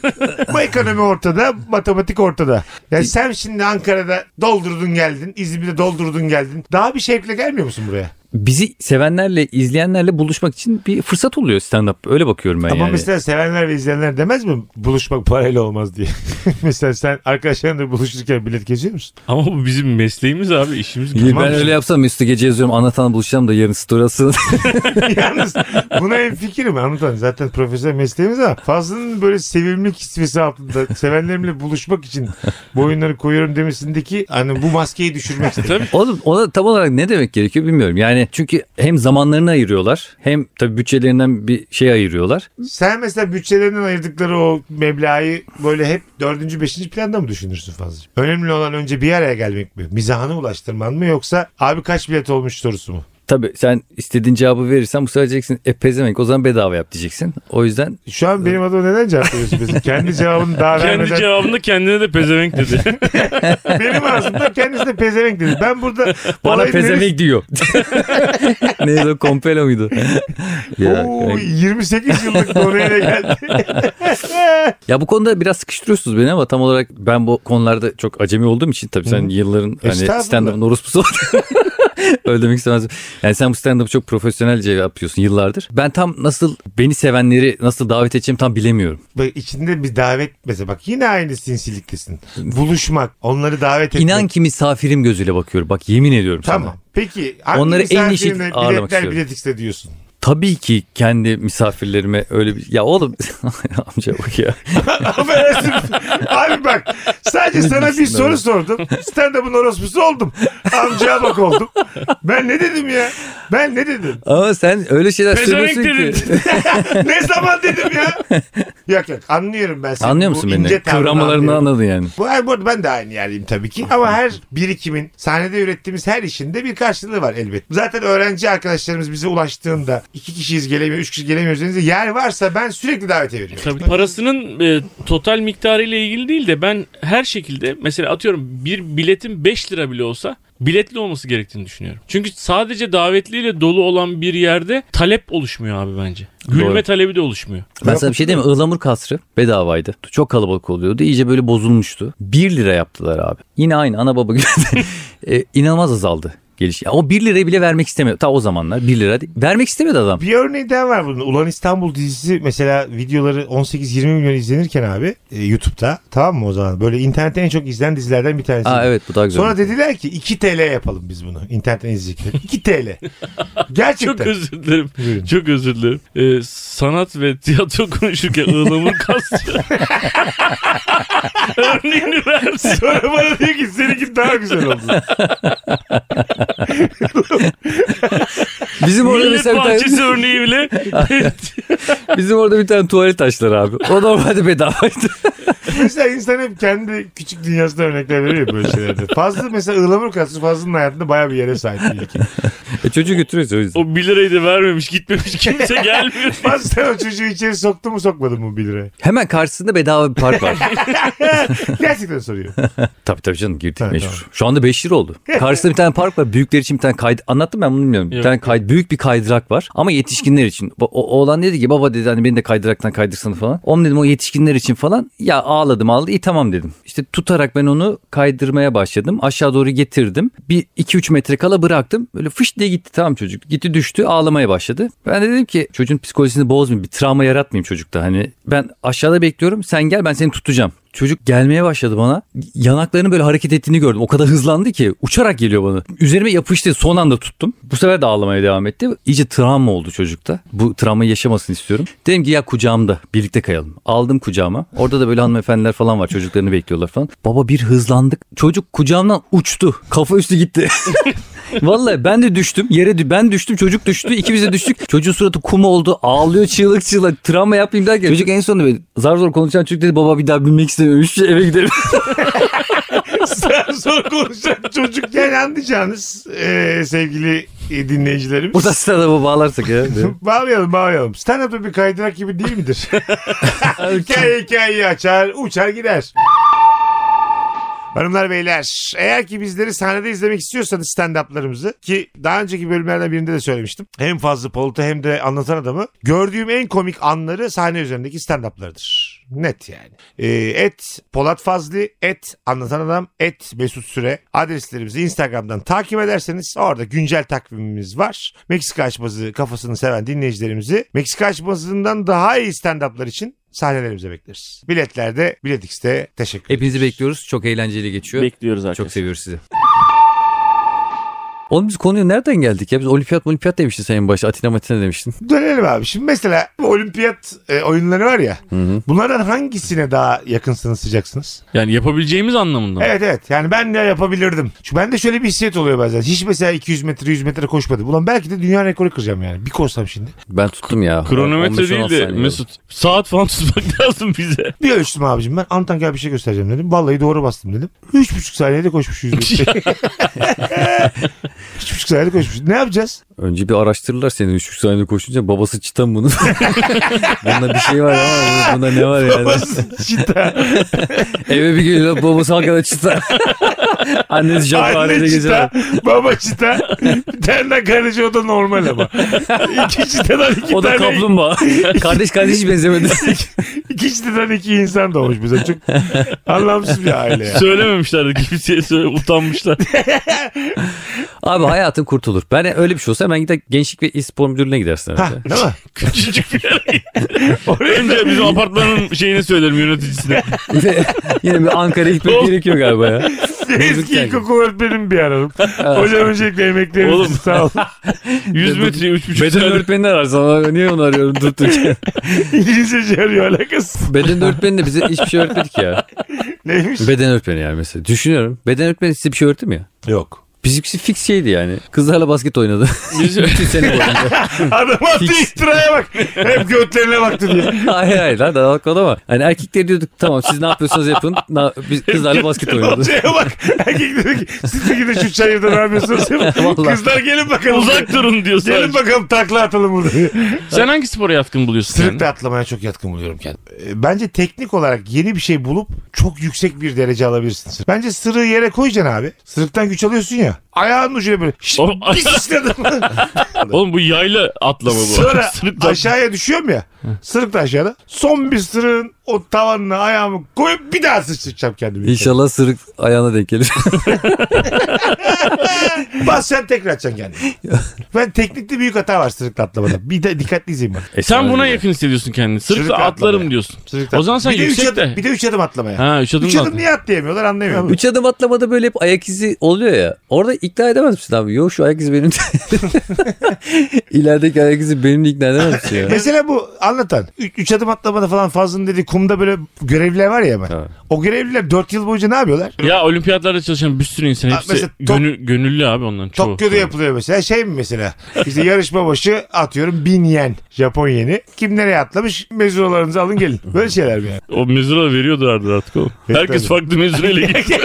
S1: Bu ekonomi ortada, matematik ortada. Yani sen şimdi Ankara'da doldurdun geldin, İzmir'de doldurdun geldin. Daha bir şevkle gelmiyor musun buraya?
S3: bizi sevenlerle, izleyenlerle buluşmak için bir fırsat oluyor stand-up. Öyle bakıyorum ben
S1: Ama
S3: E yani.
S1: mesela sevenler ve izleyenler demez mi buluşmak parayla olmaz diye. mesela sen arkadaşlarınla buluşurken bilet kesiyor musun?
S2: Ama bu bizim mesleğimiz abi işimiz.
S3: İyi,
S1: Tamam.
S3: ben öyle yapsam üstü gece yazıyorum anlatan buluşacağım da yarın story atsın.
S1: Yalnız buna en fikrim anlatan. Zaten profesyonel mesleğimiz ama Fazlı'nın böyle sevimli kisvesi altında sevenlerimle buluşmak için boyunları koyuyorum demesindeki hani bu maskeyi düşürmek istedim.
S3: Oğlum ona tam olarak ne demek gerekiyor bilmiyorum. Yani çünkü hem zamanlarını ayırıyorlar hem tabii bütçelerinden bir şey ayırıyorlar.
S1: Sen mesela bütçelerinden ayırdıkları o meblağı böyle hep dördüncü, beşinci planda mı düşünürsün Fazlıcığım? Önemli olan önce bir araya gelmek mi? Mizahını ulaştırman mı yoksa abi kaç bilet olmuş sorusu mu?
S3: Tabii sen istediğin cevabı verirsen bu sefer diyeceksin e pezevenk o zaman bedava yap diyeceksin. O yüzden
S1: Şu an benim adıma neden cevap veriyorsun? mesela? Kendi cevabını daha
S2: Kendi
S1: vermeden.
S2: cevabında kendine de pezevenk dedi.
S1: Benim ağzımda kendisi de pezevenk dedi. Ben burada
S3: bana
S1: olayın neresi-
S3: pezevenk diyor. Neydi o kompelo muydu? ya,
S1: Oo, 28 yıllık oraya da geldi.
S3: ya bu konuda biraz sıkıştırıyorsunuz beni ama tam olarak ben bu konularda çok acemi olduğum için tabii sen yılların hani
S1: Estağfurullah.
S3: stand-up'ın orospusu oldun. Öyle demek istemezdim. Yani sen bu stand-up'ı çok profesyonelce yapıyorsun yıllardır. Ben tam nasıl beni sevenleri nasıl davet edeceğim tam bilemiyorum.
S1: Bak içinde bir davet mesela bak yine aynı sinsiliktesin. Buluşmak, onları davet etmek.
S3: İnan ki misafirim gözüyle bakıyorum. Bak yemin ediyorum sana.
S1: Tamam. Peki hangi
S3: Onları
S1: Onları
S3: en iyi şekilde ağırlamak
S1: biletler
S3: istiyorum.
S1: bilet X'te diyorsun.
S3: Tabii ki kendi misafirlerime öyle bir... Ya oğlum amca bak ya.
S1: Affedersin. Abi bak sadece sana bir
S3: diyorsun
S1: soru
S3: öyle?
S1: sordum. Stand-up'ın orospusu oldum. Amcaya bak oldum. Ben ne dedim ya? Ben ne dedim?
S3: Ama sen öyle şeyler
S2: Pezevenk
S3: söylüyorsun ki.
S1: ne zaman dedim ya? Yok yok anlıyorum ben seni.
S3: Anlıyor
S1: Bu
S3: musun
S1: ince
S3: beni?
S1: tavrını
S3: Kıvramalarını
S1: anlıyorum.
S3: anladın yani.
S1: Bu, bu arada ben de aynı yerdeyim tabii ki ama her birikimin sahnede ürettiğimiz her işin de bir karşılığı var elbet. Zaten öğrenci arkadaşlarımız bize ulaştığında iki kişiyiz gelemiyor, üç kişi gelemiyoruz dediğinizde yer varsa ben sürekli davete veriyorum.
S2: Tabii parasının e, total miktarı ile ilgili değil de ben her şekilde mesela atıyorum bir biletin 5 lira bile olsa biletli olması gerektiğini düşünüyorum. Çünkü sadece davetliyle dolu olan bir yerde talep oluşmuyor abi bence. Gülme
S3: Doğru.
S2: talebi de oluşmuyor.
S3: Ben sana bir şey diyeyim mi? Ihlamur kasrı bedavaydı. Çok kalabalık oluyordu. İyice böyle bozulmuştu. 1 lira yaptılar abi. Yine aynı ana baba gibi. e, inanılmaz azaldı geliş. Ya o 1 lirayı bile vermek istemiyor. Ta o zamanlar 1 lira. değil. Vermek istemedi adam.
S1: Bir örneği daha var bunun. Ulan İstanbul dizisi mesela videoları 18-20 milyon izlenirken abi e, YouTube'da tamam mı o zaman? Böyle internette en çok izlenen dizilerden bir tanesi.
S3: Aa evet bu daha güzel.
S1: Sonra dediler ki 2 TL yapalım biz bunu. İnternetten izleyecekler. 2 TL. Gerçekten.
S2: Çok özür dilerim.
S1: Buyurun.
S2: Çok özür dilerim. E, sanat ve tiyatro konuşurken ığlamur kastı. Örneğini versin.
S1: Sonra bana diyor ki seninki daha güzel oldu.
S3: Bizim orada
S2: Millet
S3: mesela bir tane,
S2: bahçesi örneği bile
S3: bizim orada bir tane tuvalet taşları abi. O normalde bedavaydı.
S1: mesela insan hep kendi küçük dünyasında örnekler veriyor ya böyle şeylerde. Fazlı mesela ıhlamur kasrı Fazlı'nın hayatında baya bir yere sahip ilk.
S3: e, çocuğu götürüyoruz o yüzden.
S2: o 1 lirayı da vermemiş gitmemiş kimse gelmiyor.
S1: Fazlı sen o çocuğu içeri soktu mu sokmadın mı bir liraya?
S3: Hemen karşısında bedava bir park var.
S1: Gerçekten soruyor.
S3: tabii tabii canım girdik
S1: Evet,
S3: mecbur. Şu anda 5 lira oldu. Karşısında bir tane park var. Büyükler için bir tane kaydı. Anlattım ben bunu bilmiyorum. Bir
S2: Yok.
S3: tane kay, büyük bir kaydırak var. Ama yetişkinler için. O, o- oğlan dedi ki baba dedi hani beni de kaydıraktan kaydırsana falan. Oğlum dedim o yetişkinler için falan. Ya ağladım ağladı. İyi tamam dedim. İşte tutarak ben onu kaydırmaya başladım. Aşağı doğru getirdim. Bir 2-3 metre kala bıraktım. Böyle fış diye gitti tamam çocuk. Gitti düştü ağlamaya başladı. Ben de dedim ki çocuğun psikolojisini bozmayayım. Bir travma yaratmayayım çocukta. Hani ben aşağıda bekliyorum. Sen gel ben seni tutacağım. Çocuk gelmeye başladı bana. Yanaklarının böyle hareket ettiğini gördüm. O kadar hızlandı ki uçarak geliyor bana. Üzerime yapıştı. Son anda tuttum. Bu sefer de ağlamaya devam etti. İyice travma oldu çocukta. Bu travmayı yaşamasını istiyorum. Dedim ki ya kucağımda birlikte kayalım. Aldım kucağıma. Orada da böyle hanımefendiler falan var. Çocuklarını bekliyorlar falan. Baba bir hızlandık. Çocuk kucağımdan uçtu. Kafa üstü gitti. Vallahi ben de düştüm. Yere dü- ben düştüm. Çocuk düştü. ikimiz de düştük. Çocuğun suratı kum oldu. Ağlıyor çığlık çığlık. Travma yapayım derken. Çocuk en sonunda böyle zar zor konuşan çocuk dedi. Baba bir daha binmek istemiyorum. Üç eve gidelim.
S1: Sen sonra konuşan çocuk yani anlayacağınız e, sevgili e, dinleyicilerimiz.
S3: Bu da stand-up'a bağlarsak ya.
S1: Bağlayalım bağlayalım. Stand-up'ta bir kaydırak gibi değil midir? hikaye hikayeyi açar, uçar gider. Hanımlar beyler eğer ki bizleri sahnede izlemek istiyorsanız stand-up'larımızı ki daha önceki bölümlerden birinde de söylemiştim. Hem fazla Polat'ı hem de anlatan adamı gördüğüm en komik anları sahne üzerindeki stand-up'larıdır. Net yani. Ee, et Polat Fazlı, et Anlatan Adam, et Mesut Süre adreslerimizi Instagram'dan takip ederseniz orada güncel takvimimiz var. Meksika açmazı kafasını seven dinleyicilerimizi Meksika açmazından daha iyi stand-up'lar için sahnelerimize bekleriz. Biletlerde, Bilet X'te teşekkür ederiz.
S3: Hepinizi bekliyoruz. Çok eğlenceli geçiyor.
S2: Bekliyoruz arkadaşlar.
S3: Çok seviyoruz sizi. Oğlum biz konuyu nereden geldik ya? Biz olimpiyat olimpiyat demiştin sen en başta. Atina matina demiştin.
S1: Dönelim abi. Şimdi mesela bu olimpiyat e, oyunları var ya.
S3: hı.
S1: Bunlardan hangisine daha yakınsınız sıcaksınız?
S2: Yani yapabileceğimiz anlamında. mı?
S1: Evet evet. Yani ben de yapabilirdim. Çünkü bende şöyle bir hissiyat oluyor bazen. Hiç mesela 200 metre 100 metre koşmadım. Ulan belki de dünya rekoru kıracağım yani. Bir koşsam şimdi.
S3: Ben tuttum ya.
S2: Kronometre
S3: 15-16
S2: değil
S3: saniye
S2: de
S3: oldu.
S2: Mesut saat falan tutmak lazım bize.
S1: Bir ölçtüm abicim ben. Antakya'ya bir şey göstereceğim dedim. Vallahi doğru bastım dedim. 3,5 saniyede koşmuş 100 metre. 3,5 saniyede koşmuş. Ne yapacağız?
S3: Önce bir araştırırlar seni. 3 saniyede koşunca babası çıtan bunu. Bunda bir şey var ama bunda ne var yani?
S1: Cidden.
S3: Eve bir geliyor babası hakikaten çıta. Annesi
S1: Anne
S3: şapkaneyle
S1: çita,
S3: geziyor.
S1: baba çita. Bir tane daha kardeşi o da normal ama. İki çitadan iki
S3: O da
S1: tane.
S3: kaplumbağa. kardeş kardeş hiç benzemedi.
S1: İki çitadan iki insan doğmuş bize. Çok anlamsız bir aile ya.
S2: Söylememişlerdi kimseye söyle, utanmışlar.
S3: Abi hayatın kurtulur. Ben öyle bir şey olsa hemen gider gençlik ve spor müdürlüğüne gidersin.
S1: Ha,
S3: herhalde.
S1: değil mi?
S2: Küçücük bir yere. Önce bizim apartmanın şeyini söylerim yöneticisine.
S3: Yine- Yine bir Ankara'ya gitmek gerekiyor galiba ya.
S1: Eski
S3: yani.
S1: ilkokul öğretmenim bir ararım.
S3: şey
S1: Hocam öncelikle emekleriniz
S2: Oğlum.
S1: için sağ olun.
S2: 100 metre 3,5
S3: Beden
S2: saniye.
S3: öğretmenini ararsan niye onu arıyorum tuttuk.
S1: İngilizce arıyor alakası.
S3: Beden öğretmeni de bize hiçbir şey öğretmedik ya.
S1: Neymiş?
S3: Beden öğretmeni yani mesela. Düşünüyorum. Beden öğretmeni size bir şey öğretti mi ya?
S1: Yok.
S3: Bizimkisi fix şeydi yani. Kızlarla basket oynadı.
S2: Biz-
S3: Bütün sene boyunca.
S1: Adam attı
S3: Fix.
S1: iftiraya bak. Hep götlerine baktı diye.
S3: hayır hayır lan dalak ama. Hani erkekler diyorduk tamam siz ne yapıyorsanız yapın. Na- biz kızlarla basket oynadı.
S1: Hocaya bak. Erkek dedi ki siz de gidin şu çayırda ne yapıyorsunuz?
S3: Vallahi.
S1: Kızlar gelin bakalım.
S2: Uzak durun diyor
S1: Gelin
S2: sadece.
S1: bakalım takla atalım burada.
S2: Sen hangi spora yatkın buluyorsun?
S1: Sırıkla
S2: yani?
S1: atlamaya çok yatkın buluyorum kendimi. E, Bence teknik olarak yeni bir şey bulup çok yüksek bir derece alabilirsin. Bence sırığı yere koyacaksın abi. Sırıktan güç alıyorsun ya. Ayağının ucuyla böyle şşt,
S2: Oğlum-
S1: bir sıçradım.
S2: Oğlum bu yayla atlama bu.
S1: Sonra
S2: Sırıkla-
S1: aşağıya düşüyorum ya. Sırık da aşağıda. Son bir sırığın o tavanına ayağımı koyup bir daha sıçrayacağım kendimi.
S3: İnşallah sırık ayağına denk gelir.
S1: Bas sen tekrar atacaksın kendini. ben teknikte büyük hata var sırıkla atlamada. Bir de dikkatli izleyin bak.
S2: Sen buna yakın hissediyorsun kendini. Sırıkla
S1: Sırıkla
S2: atlarım
S1: atlamaya.
S2: diyorsun.
S1: Sırıkla-
S2: O zaman sen
S1: bir de, üç
S2: yüksek
S1: adım,
S2: de.
S1: bir de üç adım atlamaya.
S2: Ha 3 adım
S1: Üç adım niye atlayamıyorlar anlayamıyorum.
S3: Üç adım atlamada böyle hep ayak izi oluyor ya. Orada ikna edemez misin abi? Yok şu ayak izi benim. İlerideki ayak izi benim ikna edemez misin ya?
S1: Mesela bu anlatan. Üç, üç adım atlamada falan Fazlı'nın dediği kumda böyle görevliler var ya hemen.
S3: Evet.
S1: O görevliler dört yıl boyunca ne yapıyorlar?
S2: Ya olimpiyatlarda çalışan bir sürü insan
S1: Ha,
S2: hepsi
S1: mesela Tok-
S2: gönül- gönüllü abi onların çoğu.
S1: Tokyo'da yapılıyor mesela. Şey mi mesela? İşte yarışma başı atıyorum bin yen. Japon yeni. Kim nereye atlamış? Mezuralarınızı alın gelin. Böyle şeyler mi yani?
S2: O mezura veriyorlardı artık oğlum.
S1: Evet,
S2: Herkes
S1: tabii.
S2: farklı mezurayla geliyor.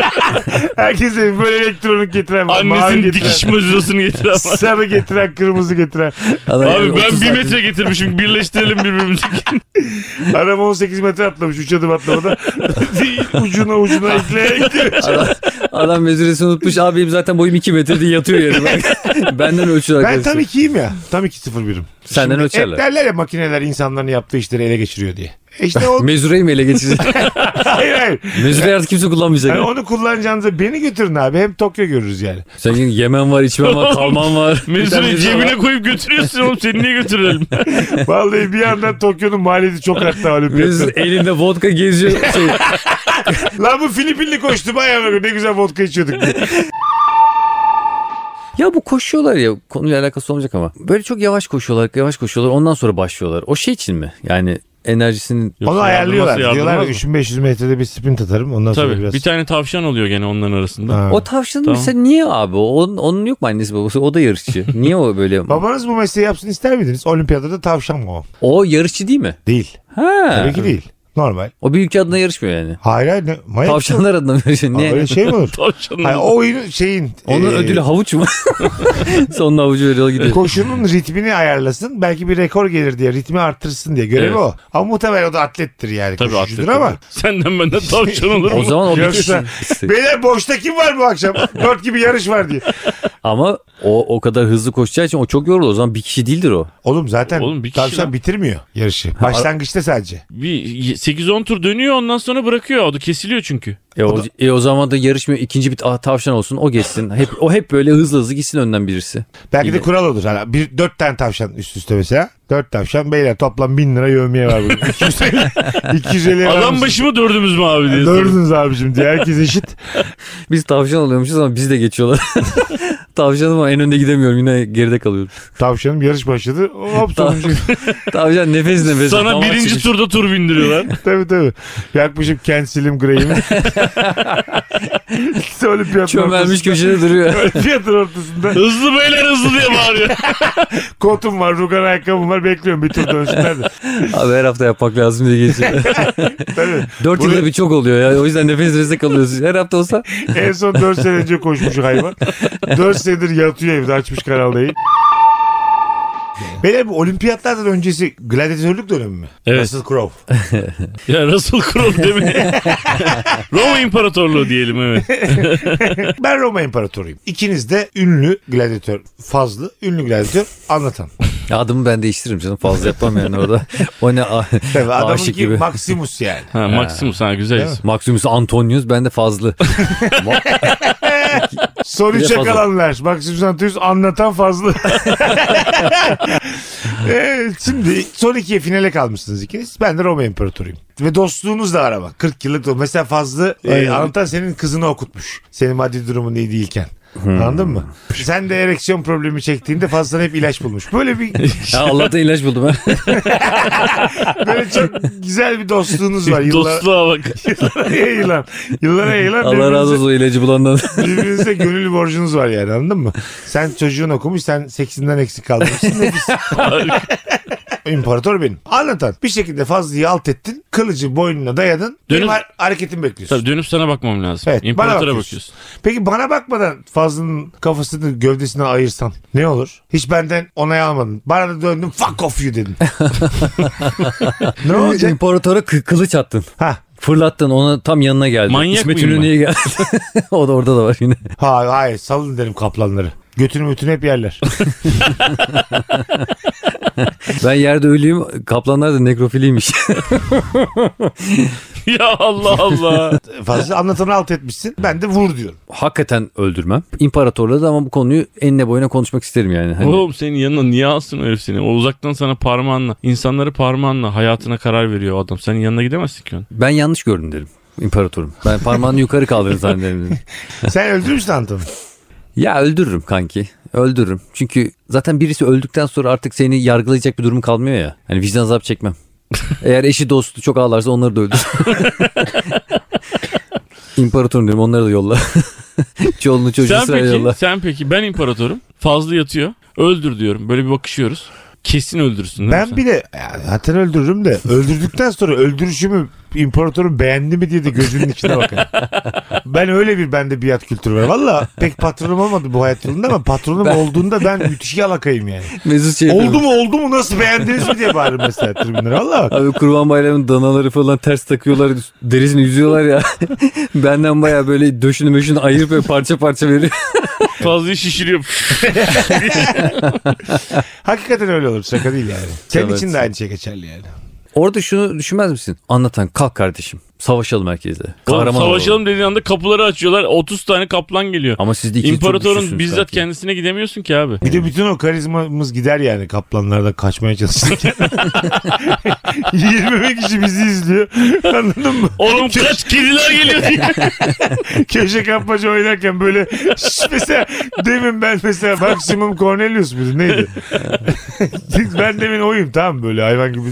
S1: Herkese böyle elektronik getiren, mavi
S2: Annesinin
S1: getiren,
S2: dikiş mezurasını getiren var.
S1: sarı getiren, kırmızı getiren.
S3: Adam
S2: Abi ben
S3: 30
S2: bir
S3: santim-
S2: metre getirmişim birleştirelim birbirimizi.
S1: Adam 18 metre atlamış üç adım atlamada. ucuna ucuna ekleyerek
S3: Adam, adam mezuresini unutmuş. Abi benim zaten boyum 2 metre diye yatıyor yere. Bak, Benden ölçüyor
S1: Ben
S3: arkadaşlar.
S1: tam ikiyim ya. Tam iki sıfır birim.
S3: Senden
S1: Şimdi
S3: ölçerler.
S1: Hep derler ya makineler insanların yaptığı işleri ele geçiriyor diye. E İşte o
S3: Mezureyi mi ele geçirecek?
S1: hayır hayır.
S3: Mezureyi artık kimse kullanmayacak.
S1: Yani onu kullanacağınıza beni götürün abi. Hem Tokyo görürüz yani.
S3: Senin yemen var, içmen var, kalman var. Bir
S2: Mezurayı
S3: tane
S2: cebine
S3: var.
S2: koyup götürüyorsun oğlum seni niye götürelim?
S1: Vallahi bir yandan Tokyo'nun maliyeti çok arttı
S3: Mezure
S1: olimpiyatlar.
S3: elinde vodka geziyor. Şey,
S1: Lan bu Filipinli koştu bayağı böyle ne güzel vodka içiyorduk. diye.
S3: Ya bu koşuyorlar ya konuyla alakası olmayacak ama. Böyle çok yavaş koşuyorlar yavaş koşuyorlar ondan sonra başlıyorlar. O şey için mi? Yani enerjisinin
S1: Onu ayarlıyorlar.
S2: Yardırması
S1: Diyorlar
S2: yardırmaz mı?
S1: 3500 metrede bir sprint atarım. Ondan sonra
S2: Tabii
S1: biraz.
S2: bir tane tavşan oluyor gene onların arasında.
S1: Ha.
S3: o tavşanın
S2: Tamam.
S3: mesela niye abi? O- Onun, onun yok mu annesi babası? O da yarışçı. Niye o böyle?
S1: Babanız bu mesleği yapsın ister miydiniz? Olimpiyatlarda tavşan mı o?
S3: o yarışçı değil mi?
S1: Değil.
S3: Ha.
S1: Tabii ki değil. Normal.
S3: O bir ülke adına yarışmıyor yani.
S1: Hayır hayır. ne- Manyak.
S3: Tavşanlar adına mı yarışıyor?
S1: Aa,
S3: Niye?
S1: Öyle şey mi olur?
S2: Tavşanın.
S1: Hayır, o oyunun şeyin.
S3: Onun
S1: e,
S3: ödülü havuç mu? Sonuna havucu veriyor gidiyor.
S1: Koşunun ritmini ayarlasın. Belki bir rekor gelir diye ritmi artırsın diye. Görevi
S2: Evet.
S1: o. Ama muhtemelen o da atlettir yani.
S2: Tabii
S1: koşucudur
S2: atlet.
S1: ama.
S2: Senden benden tavşan olur mu?
S3: O zaman o bir
S1: Yoksa-
S3: kişi.
S1: Beyler boşta kim var bu akşam? Dört gibi yarış var diye.
S3: Ama o o kadar hızlı koşacağı için o çok yorulur. O zaman bir kişi değildir o.
S1: Oğlum zaten
S2: Oğlum bir kişi
S1: tavşan
S2: lan.
S1: bitirmiyor yarışı. Başlangıçta sadece.
S2: Bir 8-10 tur dönüyor ondan sonra bırakıyor adı kesiliyor çünkü.
S3: E o, e o zaman da yarışmıyor. İkinci bir ah, tavşan olsun o geçsin. Hep o hep böyle hızlı hızlı gitsin önden birisi.
S1: Belki de
S3: Yine.
S1: kural olur. Hani bir, dört tane tavşan üst üste mesela. Dört tavşan. Beyler toplam bin lira yövmeye var bugün. 250 250 lira.
S2: Adam başı mı dördümüz mü abi diye. soruyor.
S1: Dördünüz abicim diye. Herkes eşit.
S3: Biz tavşan oluyormuşuz ama biz de geçiyorlar. Tavşanım ama en önde gidemiyorum yine geride kalıyorum.
S1: Tavşanım yarış başladı. Hop sonuncu.
S3: Tavşan nefes nefes.
S2: Sana birinci turda tur bindiriyorlar.
S1: tabii tabii. Yakmışım Kensilim Grey'imi. Olimpiyatın
S3: Çömelmiş
S1: ortasında.
S3: köşede duruyor.
S1: Olimpiyatın ortasında.
S2: hızlı beyler hızlı diye bağırıyor.
S1: Kotum var, rugan ayakkabım var. Bekliyorum bir tur dönsünler de.
S3: Abi her hafta yapmak lazım diye geçiyor.
S1: Tabii.
S3: Dört
S1: Buraya-
S3: yılda bir çok oluyor ya. O yüzden nefes nefese kalıyorsun. Her hafta olsa
S1: En son 4 sene önce koşmuş hayvan. 4 senedir yatıyor evde açmış kanaldayı. Beyler bu olimpiyatlardan öncesi gladyatörlük dönemi mi?
S2: Evet.
S1: Russell Crowe.
S2: ya Russell Crowe değil mi? Roma İmparatorluğu diyelim evet.
S1: Ben Roma İmparatoruyum. İkiniz de ünlü gladyatör. Fazlı, ünlü gladyatör anlatan.
S3: Ya adımı ben değiştiririm canım. Fazla yapmam yani orada. O ne ah. a-
S1: Tabii adamın
S3: aşık
S1: ki
S3: gibi.
S1: Maximus yani.
S2: Ha, Maximus ha
S1: Değil
S2: güzel
S1: mi?
S2: isim.
S3: Maximus Antonius ben de fazla.
S1: Son
S3: Bir de
S1: üçe
S3: Fazlı.
S1: kalanlar. Maximus Antonius anlatan Fazlı. Ee, Şimdi son ikiye finale kalmışsınız ikiniz. Ben de Roma İmparatoruyum. Ve dostluğunuz da var ama. 40 yıllık dost. Mesela Fazlı e,
S2: Aynen.
S1: anlatan senin kızını okutmuş. Senin maddi durumun iyi değilken.
S3: Hmm.
S1: Anladın mı? Sen de ereksiyon problemi çektiğinde Fazlı'dan hep ilaç bulmuş. Böyle bir
S3: ya Allah'tan ilaç buldum ha.
S1: böyle çok güzel bir dostluğunuz var. Yıllar,
S2: Dostluğa bak.
S1: yıllara yayılan. Yıllara yayılan.
S3: Allah razı olsun o ilacı bulandan.
S1: Birbirinize gönül borcunuz var yani anladın mı? Sen çocuğun okumuş sen seksinden eksik kaldırmışsın. Nefis. İmparator benim. Anlatan bir şekilde fazlayı alt ettin. Kılıcı boynuna dayadın. Benim
S2: Dönüp-
S1: har- hareketimi bekliyorsun.
S2: Tabii dönüp sana bakmam lazım.
S1: Evet, bana
S2: İmparatora
S1: bakıyorsun.
S2: bakıyorsun.
S1: Peki bana bakmadan fazlının kafasını gövdesinden ayırsan ne olur? Hiç benden onay almadın. Bana da döndün fuck off you dedin. ne olacak?
S3: İmparatora kı- kılıç attın.
S1: ha,
S3: Fırlattın ona tam yanına geldi.
S2: Manyak
S3: İsmet
S2: mıyım
S3: İnönü'ye geldi. o da orada da var yine.
S1: ha, hayır salın derim kaplanları. Götünü mütünü hep yerler.
S3: Ben yerde ölüyüm. Kaplanlar da nekrofiliymiş.
S2: ya Allah Allah.
S1: Fazla anlatanı alt etmişsin. Ben de vur diyorum.
S3: Hakikaten öldürmem. İmparatorla da ama bu konuyu enine boyuna konuşmak isterim yani. Hani
S2: Oğlum senin yanına niye alsın o herif seni? O uzaktan sana parmağınla, insanları parmağınla hayatına karar veriyor o adam. Senin yanına gidemezsin ki onu.
S3: ben yanlış gördüm derim. İmparatorum. Ben parmağını yukarı kaldırdım zannederim. dedim.
S1: Sen öldürmüşsün anlatanı.
S3: Ya öldürürüm kanki. Öldürürüm. Çünkü zaten birisi öldükten sonra artık seni yargılayacak bir durum kalmıyor ya. Hani vicdan azap çekmem. Eğer eşi dostu çok ağlarsa onları da öldür. İmparatorum diyorum onları da yolla. Çoluğunu çocuğu
S2: Sen
S3: sırayla
S2: peki,
S3: yolla.
S2: sen peki ben imparatorum. Fazla yatıyor. Öldür diyorum. Böyle bir bakışıyoruz. Kesin öldürürsün değil mi
S1: Ben
S2: sen?
S1: bir de ya zaten öldürürüm de öldürdükten sonra öldürüşümü imparatorun beğendi mi diye de gözünün içine bakarım. ben öyle bir bende biat kültürü var. Valla pek patronum olmadı bu hayat yolunda ama patronum olduğunda ben müthiş yalakayım yani.
S3: Mesut şey yapıyor.
S1: oldu mu oldu mu nasıl beğendiniz mi diye bağırırım mesela tribünlere. Valla bak.
S3: Abi kurban bayramı danaları falan ters takıyorlar. Derisini yüzüyorlar ya. Benden baya böyle döşünü möşünü ayırıp böyle parça parça veriyor.
S2: Fazlıyı şişiriyor.
S1: Hakikaten öyle olur şaka değil yani. Senin
S3: Evet.
S1: için de aynı şey geçerli yani.
S3: Orada şunu düşünmez misin? Anlatan kalk kardeşim. Savaşalım herkesle.
S2: Oğlum,
S3: Kahraman olalım.
S2: savaşalım dediğin anda kapıları açıyorlar. 30 tane kaplan geliyor.
S3: Ama siz de ikiniz çok
S2: İmparatorun
S3: güçlüsünüz
S2: bizzat
S3: kanki.
S2: kendisine gidemiyorsun ki abi.
S1: Bir de bütün o karizmamız gider yani kaplanlarda kaçmaya çalışırken. 20 bin kişi bizi izliyor. Anladın mı?
S2: Oğlum kaç kediler geliyor diye.
S1: Köşe kapmaca oynarken böyle şş, mesela demin ben mesela maksimum Cornelius muydu neydi? ben demin oyum tamam mı? böyle hayvan gibi.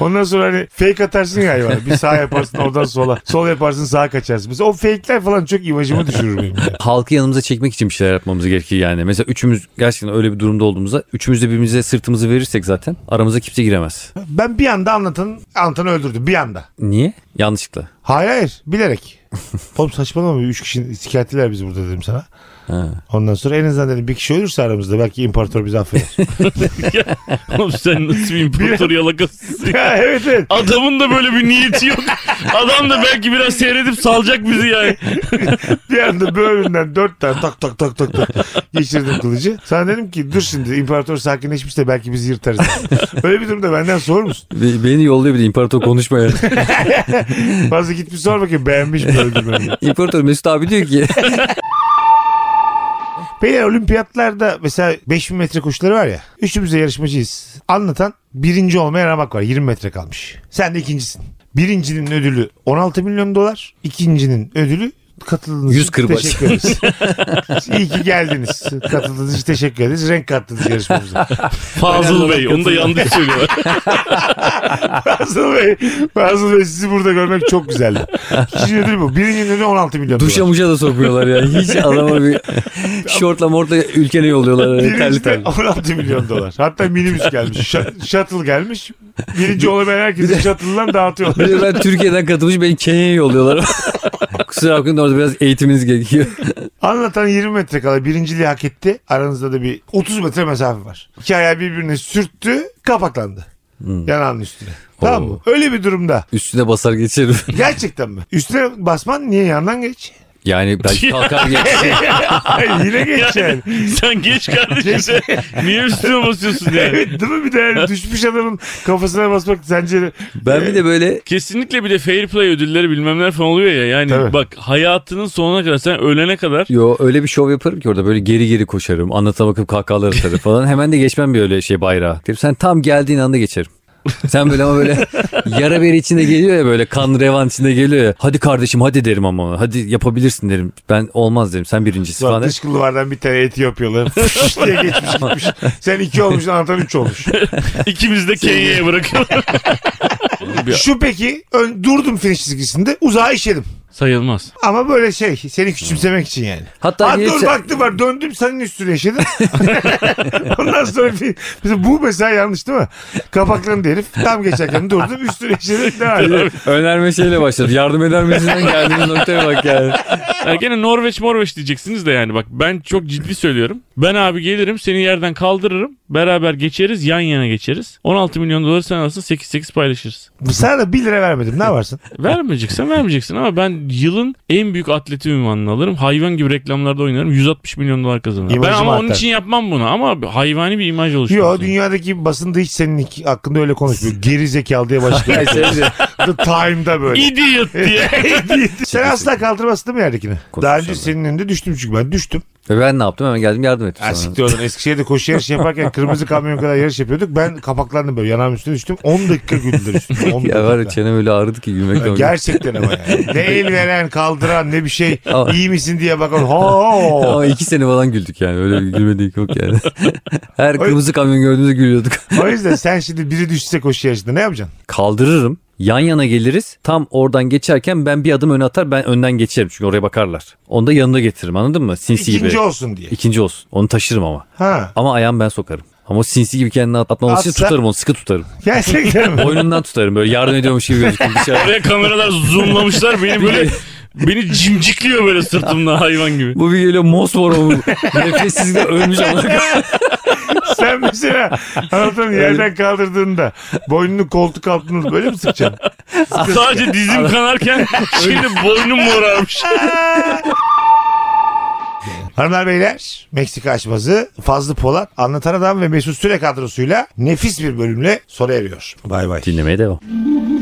S1: Ondan sonra hani fake atarsın ya hayvana. Bir sağ yaparsın oradan sola. Sol yaparsın sağa kaçarsın. Mesela o fake'ler falan çok imajımı düşürür benim. ya.
S3: halkı yanımıza çekmek için bir şeyler yapmamız gerekir yani. Mesela üçümüz gerçekten öyle bir durumda olduğumuzda üçümüz de birbirimize sırtımızı verirsek zaten aramıza kimse giremez.
S1: Ben bir anda anlatan anlatanı öldürdüm bir anda.
S3: Niye? Yanlışlıkla.
S1: Hayır hayır bilerek. Oğlum saçmalama üç kişinin sikerttiler bizi burada dedim sana.
S3: Ha.
S1: Ondan sonra en azından dedim bir kişi ölürse aramızda belki imparator bizi affeder.
S2: Oğlum sen nasıl bir imparator yalakasısın.
S1: Ya, evet evet.
S2: Adamın da böyle bir niyeti yok. Adam da belki biraz seyredip salacak bizi yani.
S1: Bir anda böğrümden dört tane tak tak tak tak tak geçirdim kılıcı. Sana dedim ki dur şimdi imparator sakinleşmiş de belki bizi yırtarız. Öyle bir durumda benden sor musun?
S3: Be- Beni yolluyor bir de imparator konuşmaya.
S1: Fazla gitmiş sor bakayım beğenmiş mi öldürmemi.
S3: imparator Mesut abi diyor ki
S1: Beyler olimpiyatlarda mesela 5000 metre koşuları var ya. Üçümüz de yarışmacıyız. Anlatan birinci olmaya ramak var. 20 metre kalmış. Sen de ikincisin. Birincinin ödülü 16 milyon dolar. ikincinin ödülü katıldığınız
S3: Yüz
S1: için
S3: kırbaç.
S1: teşekkür ederiz. İyi ki geldiniz. Katıldığınız için teşekkür ederiz. Renk kattınız yarışmamıza.
S2: Fazıl Bey onu da yanlış söylüyor.
S1: Fazıl Bey, Fazıl Bey sizi burada görmek çok güzeldi. İkinci ödül bu. Birincinin ödülü 16 milyon
S3: duşa
S1: dolar.
S3: muşa da sokmuyorlar ya. Hiç adama bir şortla mortla ülkene yolluyorlar. Yani, terli
S1: Birinci de
S3: terli.
S1: 16 milyon dolar. Hatta minibüs gelmiş. Şa- Shuttle gelmiş. Birinci olamayan herkesi shuttle'dan dağıtıyorlar.
S3: Bir de ben Türkiye'den katılmış beni Kenya'ya yolluyorlar. Kusura bakmayın orada biraz eğitiminiz gerekiyor.
S1: Anlatan 20 metre kala birinciliği hak etti. Aranızda da bir 30 metre mesafe var. İki ayağı birbirine sürttü kapaklandı.
S3: Hmm.
S1: Yanağının üstüne. Tamam mı? Öyle bir durumda.
S3: Üstüne basar geçerim.
S1: Gerçekten mi? Üstüne basman niye yandan geç?
S3: Yani belki kalkar geç.
S1: Ay, yine geç yani.
S2: Sen geç kardeşim sen. Niye üstüne basıyorsun yani?
S1: Evet değil mi? Bir de yani düşmüş adamın kafasına basmak sence
S3: Ben bir
S1: Ee,
S3: de böyle
S2: Kesinlikle bir de fair play ödülleri bilmem neler falan oluyor ya. Yani
S1: Tabii.
S2: bak hayatının sonuna kadar sen ölene kadar
S3: Yo öyle bir şov yaparım ki orada böyle geri geri koşarım. Anlata bakıp kahkahalar atarım falan. Hemen de geçmem bir öyle şey bayrağı. Derim, sen tam geldiğin anda geçerim. Sen böyle ama böyle yara beri içinde geliyor ya böyle kan revan içinde geliyor ya. Hadi kardeşim hadi derim ama ona. Hadi yapabilirsin derim. Ben olmaz derim sen birincisi
S1: Ulan
S3: falan.
S1: dış kulvardan bir tane Etiyopyalı fış diye geçmiş gitmiş. Sen iki olmuşsun anlatan üç olmuş.
S2: ikimiz de Kenya'ya bırakıyorlar.
S1: Şu peki ön, durdum finish çizgisinde uzağa işedim.
S2: Sayılmaz.
S1: Ama böyle şey seni küçümsemek için yani.
S3: Hatta
S1: Ha, dur
S3: gelirse-
S1: baktım var döndüm senin üstüne işedim. Ondan sonra bir- mesela bu mesela yanlış değil mi? Kapaklandı herif tam geçerken durdum üstüne işedim. Ne hali?
S3: Önerme şeyle başladı. Yardım eder misinden geldiğiniz noktaya bak yani.
S2: Ya gene Norveç Morveç diyeceksiniz de yani bak ben çok ciddi söylüyorum. Ben abi gelirim seni yerden kaldırırım. Beraber geçeriz yan yana geçeriz. 16 milyon doları sen alırsın 8-8 paylaşırız.
S1: Sana da 1 lira vermedim ne yaparsın?
S2: Vermeyeceksen vermeyeceksin ama ben yılın en büyük atleti ünvanını alırım. Hayvan gibi reklamlarda oynarım. 160 milyon dolar kazanırım.
S1: İmajım
S2: ben ama onun
S1: artar.
S2: için yapmam bunu ama hayvani bir imaj oluşturuyor.
S1: Yo dünyadaki basında hiç senin hakkında öyle konuşmuyor. Geri zekalı diye başlıyor.
S3: Yani şey diyor,
S1: The Time'da böyle.
S2: Idiot diye.
S1: Sen asla kaldırmasın değil mi yerdekini? Daha önce
S3: Konuşacağım
S1: senin önünde düştüm çünkü ben düştüm.
S3: Ve ben ne yaptım hemen geldim yardım ettim
S1: Ha,
S3: sana.
S1: siktir oradan Eskişehir'de koşu yarışı yaparken kırmızı kamyon kadar yarış yapıyorduk. Ben kapaklandım böyle yanağım üstüne düştüm. 10 dakika güldüler üstüme. 10
S3: Ya var ya
S1: dakika.
S3: çenem öyle ağrıdı ki
S1: Ya
S3: gülmekten.
S1: Gerçekten ama yani. Ne el veren kaldıran ne bir şey
S3: Ama-
S1: iyi misin diye bakan. Ho!
S3: Ama iki sene falan güldük yani. Öyle bir gülmedik yok yani. Her
S1: Ay-
S3: kırmızı kamyon gördüğümüzde gülüyorduk.
S1: O yüzden sen şimdi biri düşse koşu yarışında ne yapacaksın?
S3: Kaldırırım. Yan yana geliriz. Tam oradan geçerken ben bir adım öne atar. Ben önden geçerim çünkü oraya bakarlar. Onu da yanına getiririm anladın mı? Sinsi gibi.
S1: İkinci olsun diye.
S3: İkinci olsun. Onu taşırım ama.
S1: Ha.
S3: Ama ayağımı ben sokarım. Ama o sinsi gibi kendini atmaması için
S1: Atsa-
S3: tutarım onu sıkı tutarım.
S1: Gerçekten mi?
S3: Boynundan tutarım böyle yardım ediyormuş gibi gözüküyor dışarı.
S2: Oraya kameralar zoomlamışlar beni böyle beni cimcikliyor böyle sırtımda hayvan gibi.
S3: Bu bir geliyor mosmor o. Nefessizlikle ölmüş ama.
S1: sen mesela anlatan yerden kaldırdığında boynunu koltuk altına böyle mi sıkacaksın?
S2: Sadece dizim kanarken şimdi boynum morarmış.
S1: Hanımlar beyler Meksika açması Fazlı Polat Anlatan Adam ve Mesut Süre kadrosuyla nefis bir bölümle sona eriyor. Bay bay.
S3: Dinlemeye devam.